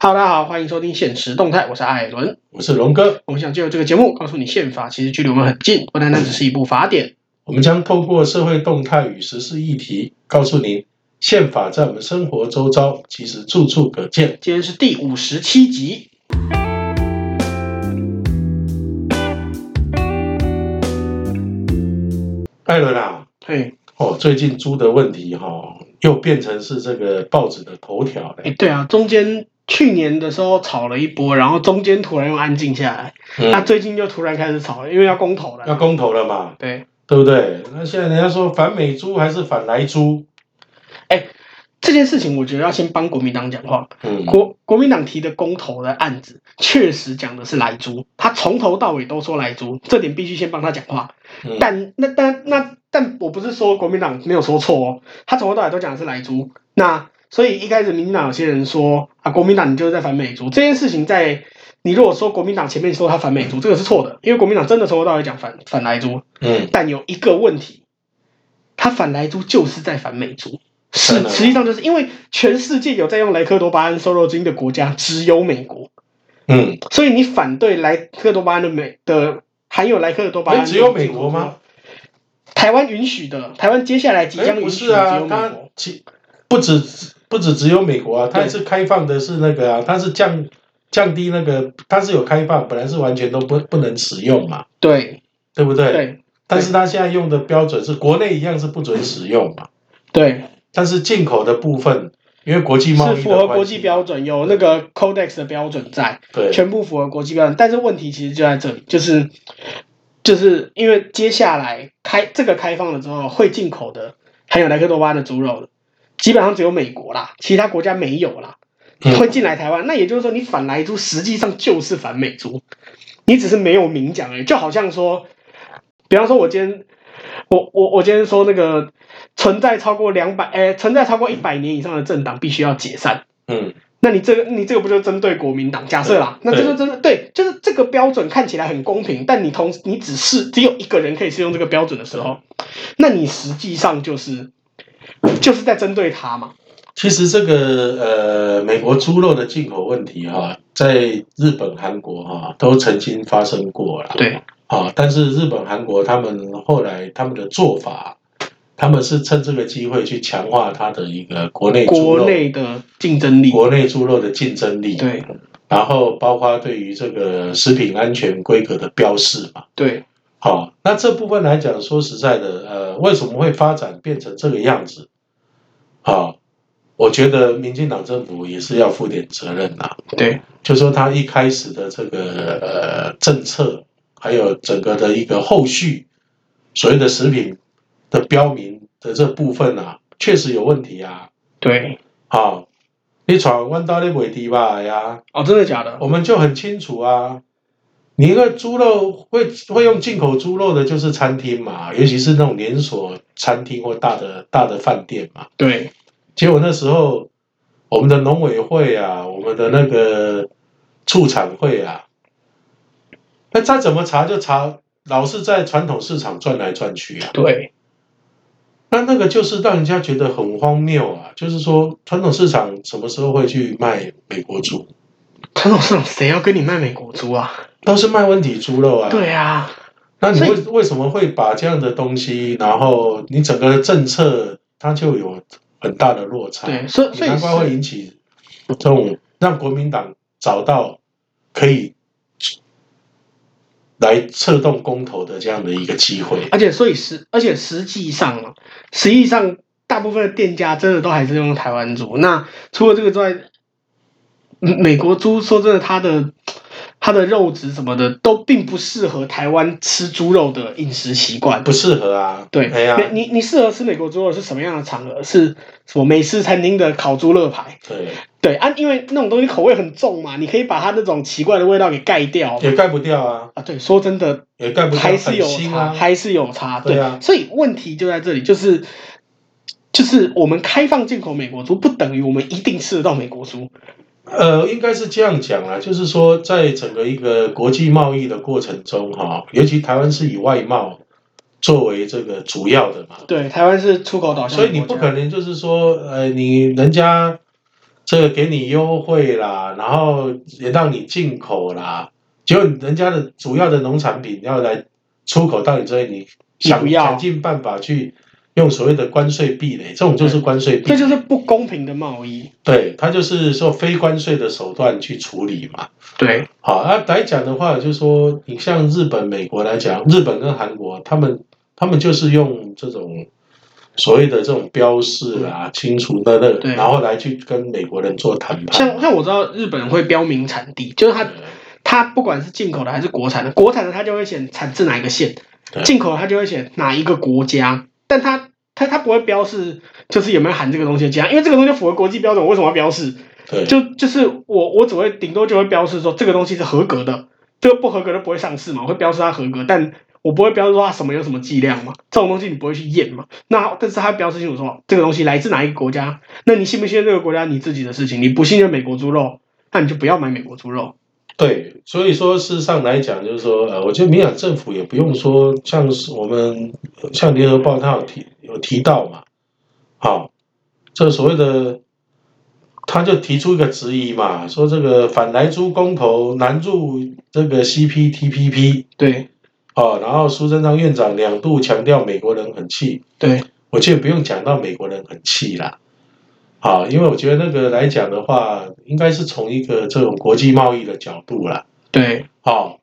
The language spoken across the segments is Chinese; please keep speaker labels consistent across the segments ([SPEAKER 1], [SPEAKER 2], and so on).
[SPEAKER 1] Hello，大家好，欢迎收听《现实动态》，我是艾伦。
[SPEAKER 2] 我是龙哥。
[SPEAKER 1] 我们想借由这个节目，告诉你宪法其实距离我们很近，不单单只是一部法 典。
[SPEAKER 2] 我们将透过社会动态与时事议题，告诉您宪法在我们生活周遭其实处处可见。
[SPEAKER 1] 今天是第五十七集。
[SPEAKER 2] 艾伦啊，
[SPEAKER 1] 嘿，
[SPEAKER 2] 哦，最近猪的问题哈、哦，又变成是这个报纸的头条
[SPEAKER 1] 哎，
[SPEAKER 2] 了。
[SPEAKER 1] 对啊，中间去年的时候吵了一波，然后中间突然又安静下来，那、
[SPEAKER 2] 嗯，
[SPEAKER 1] 最近又突然开始吵了，因为要公投
[SPEAKER 2] 要
[SPEAKER 1] 了。
[SPEAKER 2] 公投了嘛，
[SPEAKER 1] 对，
[SPEAKER 2] 对不对？那现在人家说反美猪还是反来猪？
[SPEAKER 1] 这件事情我觉得要先帮国民党讲话。
[SPEAKER 2] 嗯，
[SPEAKER 1] 国国民党提的公投的案子，确实讲的是莱猪，他从头到尾都说莱猪，这点必须先帮他讲话。
[SPEAKER 2] 嗯
[SPEAKER 1] 但那但那但我不是说国民党没有说错哦，他从头到尾都讲的是莱猪。那所以一开始民进党有些人说啊，国民党你就是在反美猪这件事情在，你如果说国民党前面说他反美猪，这个是错的，因为国民党真的从头到尾讲反反莱猪，
[SPEAKER 2] 嗯，
[SPEAKER 1] 但有一个问题，他反莱猪就是在反美猪。
[SPEAKER 2] 当
[SPEAKER 1] 是，
[SPEAKER 2] 然
[SPEAKER 1] 实际上就是因为全世界有在用莱克多巴胺瘦肉精的国家只有美国，
[SPEAKER 2] 嗯，
[SPEAKER 1] 所以你反对莱克多巴胺的美的含有莱克多巴胺
[SPEAKER 2] 哎，
[SPEAKER 1] 的
[SPEAKER 2] 只有美国吗？
[SPEAKER 1] 台湾允许的，台湾接下来即
[SPEAKER 2] 哎，
[SPEAKER 1] 将
[SPEAKER 2] 不
[SPEAKER 1] 允许
[SPEAKER 2] 是
[SPEAKER 1] 的只有
[SPEAKER 2] 啊，
[SPEAKER 1] 美
[SPEAKER 2] 它
[SPEAKER 1] 国。
[SPEAKER 2] 其不止不止只有美国啊，它
[SPEAKER 1] 对
[SPEAKER 2] 是开放的是那个啊，它是降降低那个，它是有开放，本来是完全都不不能使用嘛，
[SPEAKER 1] 对
[SPEAKER 2] 对不对？
[SPEAKER 1] 对
[SPEAKER 2] 但是它现在用的标准是国内一样是不准使用嘛，
[SPEAKER 1] 对，
[SPEAKER 2] 但是进口的部分，因为国际贸
[SPEAKER 1] 是
[SPEAKER 2] 易的
[SPEAKER 1] 符合
[SPEAKER 2] 关
[SPEAKER 1] 国
[SPEAKER 2] 系
[SPEAKER 1] 际标准，有那个 Codex 的标准在，
[SPEAKER 2] 对，
[SPEAKER 1] 全部符合国际标准。但是问题其实就在这里，就是就是因为接下来开这个开放了之后，会进口的含有莱克多巴胺的猪肉的，基本上只有美国啦，其他国家没有啦，
[SPEAKER 2] 嗯
[SPEAKER 1] 会进来台湾。那也就是说，你反莱猪实际上就是反美猪，你只是没有明讲而已。就好像说，比方说，我今天我我我今天说那个存在超过两百，哎，存在超过一百年以上的政党必须要解散。
[SPEAKER 2] 嗯
[SPEAKER 1] 那你这个你这个不就针对国民党？假设啦，
[SPEAKER 2] 对
[SPEAKER 1] 那这就真的对，就是这个标准看起来很公平，但你同你只是只有一个人可以适用这个标准的时候，那你实际上就是就是在针对他嘛。
[SPEAKER 2] 其实这个呃，美国猪肉的进口问题哈、在日本、韩国哈、都曾经发生过了。
[SPEAKER 1] 对，
[SPEAKER 2] 啊，但是日本、韩国他们后来他们的做法，他们是趁这个机会去强化它的一个国内猪
[SPEAKER 1] 国
[SPEAKER 2] 肉、
[SPEAKER 1] 内的竞争力，
[SPEAKER 2] 国内猪肉的竞争力，
[SPEAKER 1] 对
[SPEAKER 2] 然后包括对于这个食品安全规格的标示嘛。
[SPEAKER 1] 对
[SPEAKER 2] 好、那这部分来讲，说实在的，呃，为什么会发展变成这个样子？好、我觉得民进党政府也是要负点责任啊呐、
[SPEAKER 1] 对
[SPEAKER 2] 就说他一开始的这个呃政策，还有整个的一个后续所谓的食品的标明的这部分啊，确实有问题啊。
[SPEAKER 1] 对，
[SPEAKER 2] 好、你闯弯道你尾低吧呀，
[SPEAKER 1] 哦，真的假的？
[SPEAKER 2] 我们就很清楚啊。你一个猪肉会会用进口猪肉的，就是餐厅嘛，尤其是那种连锁餐厅或大的大的饭店嘛。
[SPEAKER 1] 对
[SPEAKER 2] 结果那时候我们的农委会啊，我们的那个畜产会啊，那再怎么查就查，老是在传统市场转来转去啊。
[SPEAKER 1] 对
[SPEAKER 2] 那那个就是让人家觉得很荒谬啊，就是说传统市场什么时候会去卖美国猪？
[SPEAKER 1] 传统市场谁要跟你卖美国猪啊？
[SPEAKER 2] 都是卖温体猪肉啊。。
[SPEAKER 1] 对啊，
[SPEAKER 2] 那你
[SPEAKER 1] 所以
[SPEAKER 2] 为为什么会把这样的东西，然后你整个政策它就有很大的落差？
[SPEAKER 1] 对，所以
[SPEAKER 2] 也
[SPEAKER 1] 所以
[SPEAKER 2] 难怪会
[SPEAKER 1] 是
[SPEAKER 2] 引起这种
[SPEAKER 1] 嗯
[SPEAKER 2] 让国民党找到可以来策动公投的这样的一个机会。
[SPEAKER 1] 而且所以实，而且实际上啊，实际上大部分的店家真的都还是用台湾猪。那除了这个之外，嗯美国猪说真的，它的它的肉质什么的都并不适合台湾吃猪肉的饮食习惯。
[SPEAKER 2] 不适合啊，
[SPEAKER 1] 对，
[SPEAKER 2] 哎呀，
[SPEAKER 1] 你你你适合吃美国猪肉是什么样的场合？是什么美式餐厅的烤猪肋排？
[SPEAKER 2] 对，
[SPEAKER 1] 对啊，因为那种东西口味很重嘛，你可以把它那种奇怪的味道给盖掉
[SPEAKER 2] 也盖不掉啊，
[SPEAKER 1] 啊。对，说真的，
[SPEAKER 2] 也盖不掉，
[SPEAKER 1] 还是有
[SPEAKER 2] 很新
[SPEAKER 1] 差，
[SPEAKER 2] 啊，
[SPEAKER 1] 还是有差，对
[SPEAKER 2] 对啊
[SPEAKER 1] 所以问题就在这里，就是就是我们开放进口美国猪，不等于我们一定吃得到美国猪。
[SPEAKER 2] 呃，应该是这样讲啦，就是说，在整个一个国际贸易的过程中，哈，尤其台湾是以外贸作为这个主要的嘛，
[SPEAKER 1] 对，台湾是出口导向
[SPEAKER 2] 啊所
[SPEAKER 1] 的国家，
[SPEAKER 2] 以你不可能就是说，呃，你人家这个给你优惠啦，然后也让你进口啦，结果人家的主要的农产品要来出口到你这里，你想
[SPEAKER 1] 不要
[SPEAKER 2] 想尽办法去用所谓的关税壁垒，这种就是关税壁
[SPEAKER 1] 这
[SPEAKER 2] 垒，
[SPEAKER 1] 就是不公平的贸易。
[SPEAKER 2] 对，它就是说非关税的手段去处理嘛。
[SPEAKER 1] 对，
[SPEAKER 2] 好，那、来讲的话，就是说，你像日本、美国来讲，日本跟韩国，他们他们就是用这种所谓的这种标示啊、清除的那个，
[SPEAKER 1] 对
[SPEAKER 2] 然后来去跟美国人做谈判。啊
[SPEAKER 1] 像像我知道日本会标明产地，就是它它不管是进口的还是国产的，国产的它就会写产自哪一个县
[SPEAKER 2] 对，
[SPEAKER 1] 进口的它就会写哪一个国家，但它它它不会标示就是有没有含这个东西的加，因为这个东西符合国际标准，我为什么要标示？
[SPEAKER 2] 对，
[SPEAKER 1] 就就是我我只会顶多就会标示说这个东西是合格的，这个不合格的不会上市嘛，我会标示它合格，但我不会标示说它什么有什么剂量嘛，这种东西你不会去验嘛。那但是它标示清楚说这个东西来自哪一个国家，那你信不信任这个国家你自己的事情，你不信任美国猪肉，那你就不要买美国猪肉。
[SPEAKER 2] 对，所以说事实上来讲，就是说，呃，我觉得民党政府也不用说，像是我们呃像联合报它有提有提到嘛，好、这所谓的，他就提出一个质疑嘛，说这个反莱猪公投难入这个 CPTPP
[SPEAKER 1] 对
[SPEAKER 2] 哦，然后苏贞昌院长两度强调美国人很气，
[SPEAKER 1] 对
[SPEAKER 2] 我觉得不用讲到美国人很气啦。好，因为我觉得那个来讲的话，应该是从一个这种国际贸易的角度啦。
[SPEAKER 1] 对
[SPEAKER 2] 哦，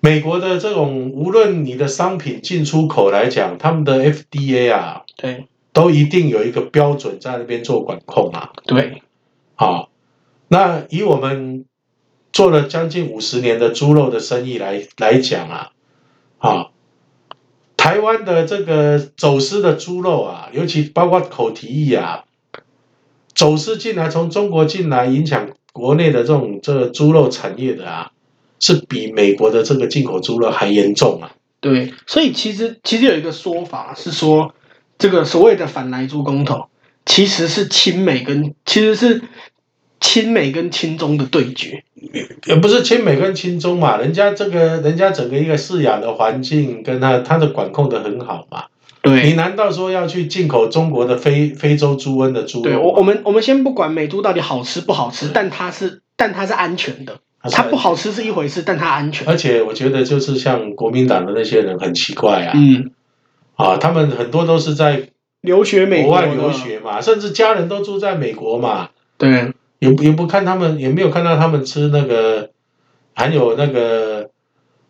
[SPEAKER 2] 美国的这种无论你的商品进出口来讲，他们的 FDA 啊，
[SPEAKER 1] 对
[SPEAKER 2] 都一定有一个标准在那边做管控啊。
[SPEAKER 1] 对
[SPEAKER 2] 好、那以我们做了将近五十年的猪肉的生意来来讲啊，啊、台湾的这个走私的猪肉啊，尤其包括口蹄疫啊，走私进来从中国进来，影响国内的这种这个猪肉产业的啊，是比美国的这个进口猪肉还严重啊。
[SPEAKER 1] 对，所以其实其实有一个说法是说，这个所谓的反莱猪公投，其实是亲美跟其实是亲美跟亲中的对决。
[SPEAKER 2] 也呃不是亲美跟亲中嘛，人家这个人家整个一个饲养的环境跟它它的管控的很好嘛，你
[SPEAKER 1] 对，
[SPEAKER 2] 难道说要去进口中国的非非洲猪瘟的猪肉？
[SPEAKER 1] 对我我们我们先不管美猪到底好吃不好吃，但它是但它是安全的，它不，好吃是一回事，但它安全。
[SPEAKER 2] 啊而且我觉得就是像国民党的那些人很奇怪啊，
[SPEAKER 1] 嗯，
[SPEAKER 2] 啊，他们很多都是在
[SPEAKER 1] 留学美
[SPEAKER 2] 国
[SPEAKER 1] 国
[SPEAKER 2] 外
[SPEAKER 1] 的
[SPEAKER 2] 留，学嘛，甚至家人都住在美国嘛，
[SPEAKER 1] 对
[SPEAKER 2] 也不也不看他们，也没有看到他们吃那个含有那个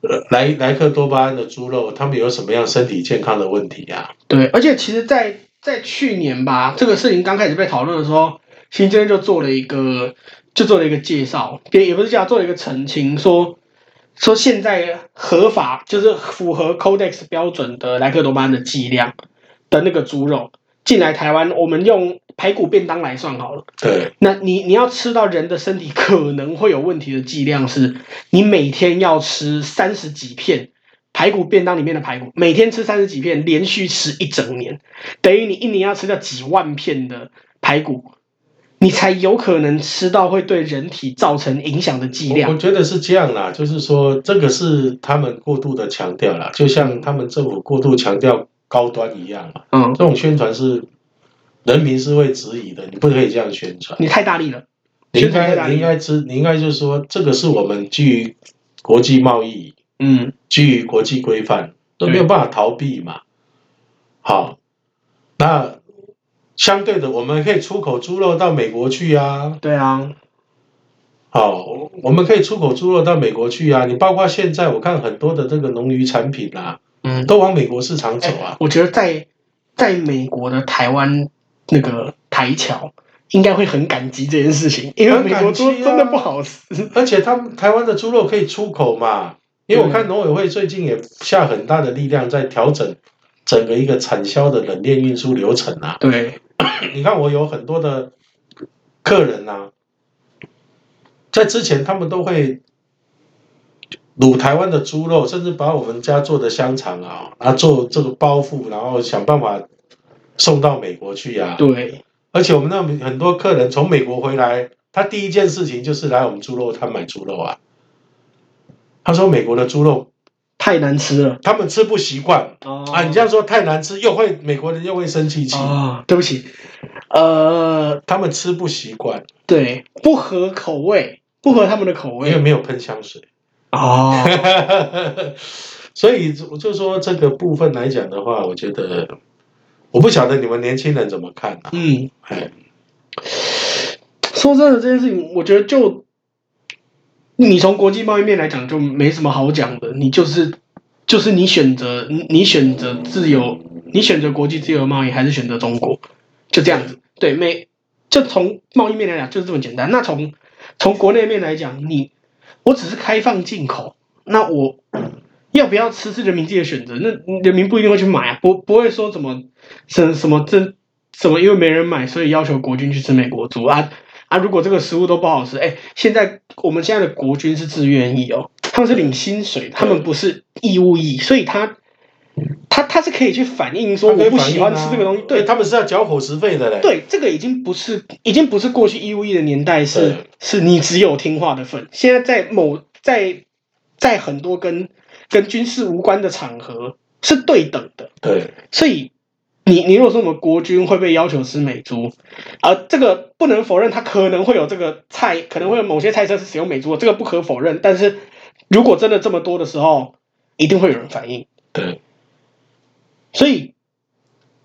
[SPEAKER 2] 呃莱莱克多巴胺的猪肉，他们有什么样身体健康的问题啊？
[SPEAKER 1] 对，而且其实在，在去年吧，这个事情刚开始被讨论的时候，新政就做了一个就做了一个介绍，也也不是介绍，做了一个澄清，说说现在合法就是符合 Codex 标准的莱克多巴胺的剂量的那个猪肉进来台湾，我们用排骨便当来算好了。
[SPEAKER 2] 对
[SPEAKER 1] 那你你要吃到人的身体可能会有问题的剂量是，你每天要吃三十几片排骨便当里面的排骨，每天吃三十几片，连续吃一整年，等于你一年要吃掉几万片的排骨，你才有可能吃到会对人体造成影响的剂
[SPEAKER 2] 我我
[SPEAKER 1] 量。
[SPEAKER 2] 觉得是这样啦，就是说这个是他们过度的强调啦，就像他们政府过度强调高端一样嘛。
[SPEAKER 1] 嗯，
[SPEAKER 2] 这种宣传是人民是会质疑的，你不可以这样宣传。
[SPEAKER 1] 你太大力了。
[SPEAKER 2] 你应
[SPEAKER 1] 宣传在
[SPEAKER 2] 该
[SPEAKER 1] 哪
[SPEAKER 2] 你
[SPEAKER 1] 里
[SPEAKER 2] 应该知，你应该就是说，这个是我们基于国际贸易、
[SPEAKER 1] 嗯，
[SPEAKER 2] 基于国际规范都
[SPEAKER 1] 对
[SPEAKER 2] 没有办法逃避嘛。好，那相对的，我们可以出口猪肉到美国去啊，
[SPEAKER 1] 对啊，
[SPEAKER 2] 好，我们可以出口猪肉到美国去啊！你包括现在我看很多的这个农渔产品啊，
[SPEAKER 1] 嗯，
[SPEAKER 2] 都往美国市场走啊。
[SPEAKER 1] 我觉得在在美国的台湾那个台侨应该会很感激这件事情，因为
[SPEAKER 2] 很
[SPEAKER 1] 美
[SPEAKER 2] 感
[SPEAKER 1] 国猪
[SPEAKER 2] 激啊
[SPEAKER 1] 真的不好吃。
[SPEAKER 2] 而且他们台湾的猪肉可以出口嘛，因为我看农委会最近也下很大的力量在调整整个一个产销的冷链运输流程啊。
[SPEAKER 1] 对，
[SPEAKER 2] 你看我有很多的客人啊，在之前他们都会卤台湾的猪肉，甚至把我们家做的香肠啊，啊做这个包覆，然后想办法送到美国去啊。
[SPEAKER 1] 对
[SPEAKER 2] 而且我们那边很多客人从美国回来，他第一件事情就是来我们猪肉摊买猪肉啊。他说美国的猪肉
[SPEAKER 1] 太难吃了。
[SPEAKER 2] 他们吃不习惯
[SPEAKER 1] 哦
[SPEAKER 2] 啊。你这样说太难吃，又会美国人又会生气气，
[SPEAKER 1] 啊，对不起，呃，
[SPEAKER 2] 他们吃不习惯，
[SPEAKER 1] 对，不合口味，不合他们的口
[SPEAKER 2] 因为
[SPEAKER 1] 味。
[SPEAKER 2] 没有喷香水。
[SPEAKER 1] 哦，
[SPEAKER 2] 所以我就说这个部分来讲的话，我觉得我不晓得你们年轻人怎么看啊？
[SPEAKER 1] 嗯，
[SPEAKER 2] 哎，
[SPEAKER 1] 说真的，这件事情，我觉得就你从国际贸易面来讲，就没什么好讲的。你就是就是你选择你你选择自由，你选择国际自由贸易，还是选择中国，就这样子。对，没就从贸易面来讲，就是这么简单。那从从国内面来讲，你我只是开放进口，那我要不要吃是人民自己的选择，那人民不一定会去买啊，不不会说怎么什什么这怎么因为没人买，所以要求国军去吃美国猪啊啊！如果这个食物都不好吃，哎，现在我们现在的国军是自愿役哦，他们是领薪水，他们不是义务役，所以他他他是可以去反映啊哎说我不喜欢吃这个东西，对
[SPEAKER 2] 哎他们是要缴伙食费的嘞。
[SPEAKER 1] 对，这个已经不是，已经不是过去义务役的年代是，
[SPEAKER 2] 对
[SPEAKER 1] 是你只有听话的份。现在在某在在很多跟跟军事无关的场合是对等的，
[SPEAKER 2] 对
[SPEAKER 1] 所以你你如果说我们国军会被要求吃美猪，啊、这个不能否认，它可能会有这个菜，可能会有某些菜色是使用美猪的，这个不可否认。但是如果真的这么多的时候，一定会有人反应，
[SPEAKER 2] 对，
[SPEAKER 1] 所以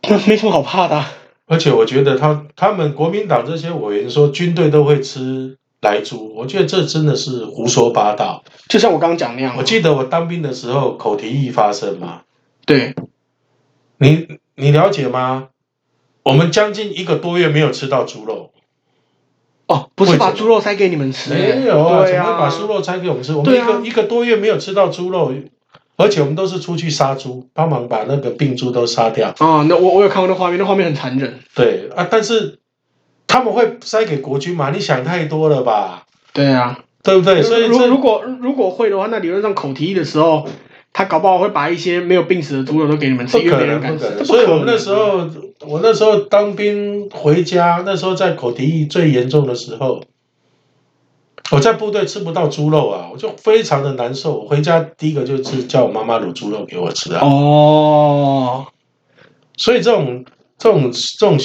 [SPEAKER 1] 没什么好怕的啊、
[SPEAKER 2] 而且我觉得他他们国民党这些委员说军队都会吃来猪，我觉得这真的是胡说八道。
[SPEAKER 1] 就像我刚刚讲那样啊
[SPEAKER 2] 我，记得我当兵的时候口蹄疫发生嘛，
[SPEAKER 1] 对。
[SPEAKER 2] 你你了解吗？我们将近一个多月没有吃到猪肉，
[SPEAKER 1] 哦，不是
[SPEAKER 2] 为什
[SPEAKER 1] 把
[SPEAKER 2] 么
[SPEAKER 1] 猪肉塞给你们吃、
[SPEAKER 2] 没有啊，
[SPEAKER 1] 对
[SPEAKER 2] 怎么
[SPEAKER 1] 啊，
[SPEAKER 2] 会把猪肉拆给我们吃？我们
[SPEAKER 1] 对
[SPEAKER 2] 一
[SPEAKER 1] 啊
[SPEAKER 2] 个、一个多月没有吃到猪肉，而且我们都是出去杀猪，帮忙把那个病猪都杀掉。
[SPEAKER 1] 啊、那我我有看过那画面，那画面很残忍。
[SPEAKER 2] 对啊，但是他们会塞给国军嘛？你想太多了吧？
[SPEAKER 1] 对啊，
[SPEAKER 2] 对不对？所以
[SPEAKER 1] 如如
[SPEAKER 2] 这
[SPEAKER 1] 果如果会的话，那理论上口蹄疫的时候，他搞不好会把一些没有病死的猪肉都给你们吃，
[SPEAKER 2] 不
[SPEAKER 1] 因为
[SPEAKER 2] 可
[SPEAKER 1] 没
[SPEAKER 2] 能，
[SPEAKER 1] 人
[SPEAKER 2] 不
[SPEAKER 1] 敢
[SPEAKER 2] 可
[SPEAKER 1] 吃。这不
[SPEAKER 2] 能。所以
[SPEAKER 1] 可
[SPEAKER 2] 我们
[SPEAKER 1] 能
[SPEAKER 2] 那时
[SPEAKER 1] 啊，
[SPEAKER 2] 候，我那时候当兵回家，那时候在口蹄疫最严重的时候，我在部队吃不到猪肉啊，我就非常的难受。我回家第一个就是叫我妈妈卤猪肉给我吃啊。
[SPEAKER 1] 哦，
[SPEAKER 2] 所以这种这种这种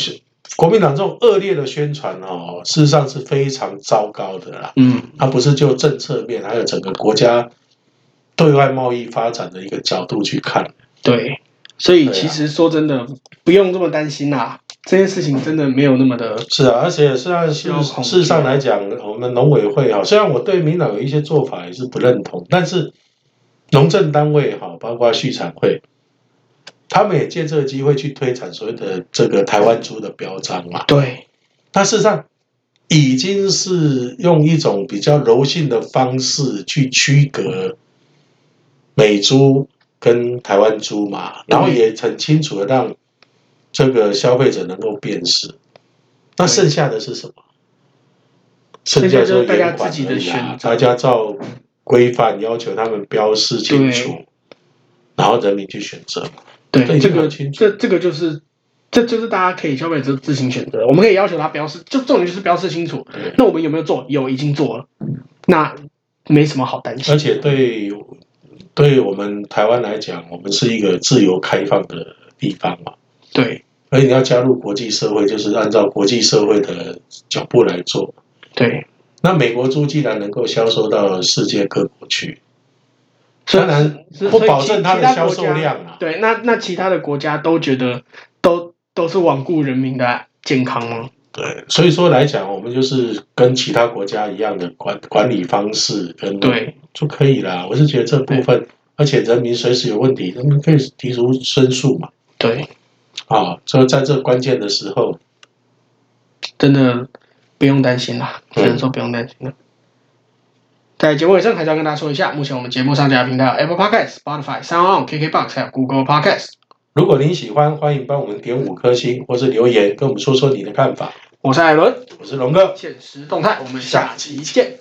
[SPEAKER 2] 国民党这种恶劣的宣传哦，事实上是非常糟糕的啦。
[SPEAKER 1] 嗯，
[SPEAKER 2] 它不是就政策面，还有整个国家对外贸易发展的一个角度去看。
[SPEAKER 1] 对，所以
[SPEAKER 2] 对啊
[SPEAKER 1] 其实说真的，不用这么担心啦、这件事情真的没有那么的，
[SPEAKER 2] 是啊，而且虽然事
[SPEAKER 1] 要恐惧啊
[SPEAKER 2] 事实上来讲，我们农委会啊，虽然我对民党有一些做法也是不认同，但是农政单位哈、包括畜产会，他们也借这个机会去推展所谓的这个台湾猪的标章嘛。
[SPEAKER 1] 对，
[SPEAKER 2] 它事实上已经是用一种比较柔性的方式去区隔美猪跟台湾猪嘛，
[SPEAKER 1] 对
[SPEAKER 2] 然后也很清楚的让这个消费者能够辨识。那剩下的是什么？剩下
[SPEAKER 1] 剩下就是
[SPEAKER 2] 是
[SPEAKER 1] 大家
[SPEAKER 2] 严管
[SPEAKER 1] 自己的
[SPEAKER 2] 而已啊
[SPEAKER 1] 选择
[SPEAKER 2] 大家照规范要求他们标示清楚，然后人民去选择。
[SPEAKER 1] 对，
[SPEAKER 2] 对
[SPEAKER 1] 这
[SPEAKER 2] 这个
[SPEAKER 1] 个
[SPEAKER 2] 很清楚
[SPEAKER 1] 这这个就是，这就是大家可以消费者自行选择。我们可以要求他标示，就重点就是标示清楚。
[SPEAKER 2] 对
[SPEAKER 1] 那我们有没有做？有，已经做了。那没什么好担
[SPEAKER 2] 而
[SPEAKER 1] 心。
[SPEAKER 2] 且对对我们台湾来讲，我们是一个自由开放的地方嘛，
[SPEAKER 1] 对
[SPEAKER 2] 而且你要加入国际社会，就是按照国际社会的脚步来做。
[SPEAKER 1] 对，
[SPEAKER 2] 那美国猪既然能够销售到世界各国去，
[SPEAKER 1] 虽
[SPEAKER 2] 当然不保证它的销售量啊。
[SPEAKER 1] 对，那那其他的国家都觉得都都是罔顾人民的健康吗？
[SPEAKER 2] 对，所以说来讲，我们就是跟其他国家一样的管管理方式跟
[SPEAKER 1] 对
[SPEAKER 2] 就可以啦。我是觉得这部分，而且人民随时有问题，人民可以提出申诉嘛。
[SPEAKER 1] 对，
[SPEAKER 2] 啊，所以在这关键的时候，
[SPEAKER 1] 真的不用担心啦，只能说不用担心了。在节目尾声，还是要跟大家说一下，目前我们节目上架的平台有 Apple Podcast、Spotify、Sound On、KKBox 还有 Google Podcast。
[SPEAKER 2] 如果您喜欢，欢迎帮我们点五颗星，或是留言跟我们说说你的看法。
[SPEAKER 1] 我是艾伦，
[SPEAKER 2] 我是龙哥，
[SPEAKER 1] 现实动态，我们下期见。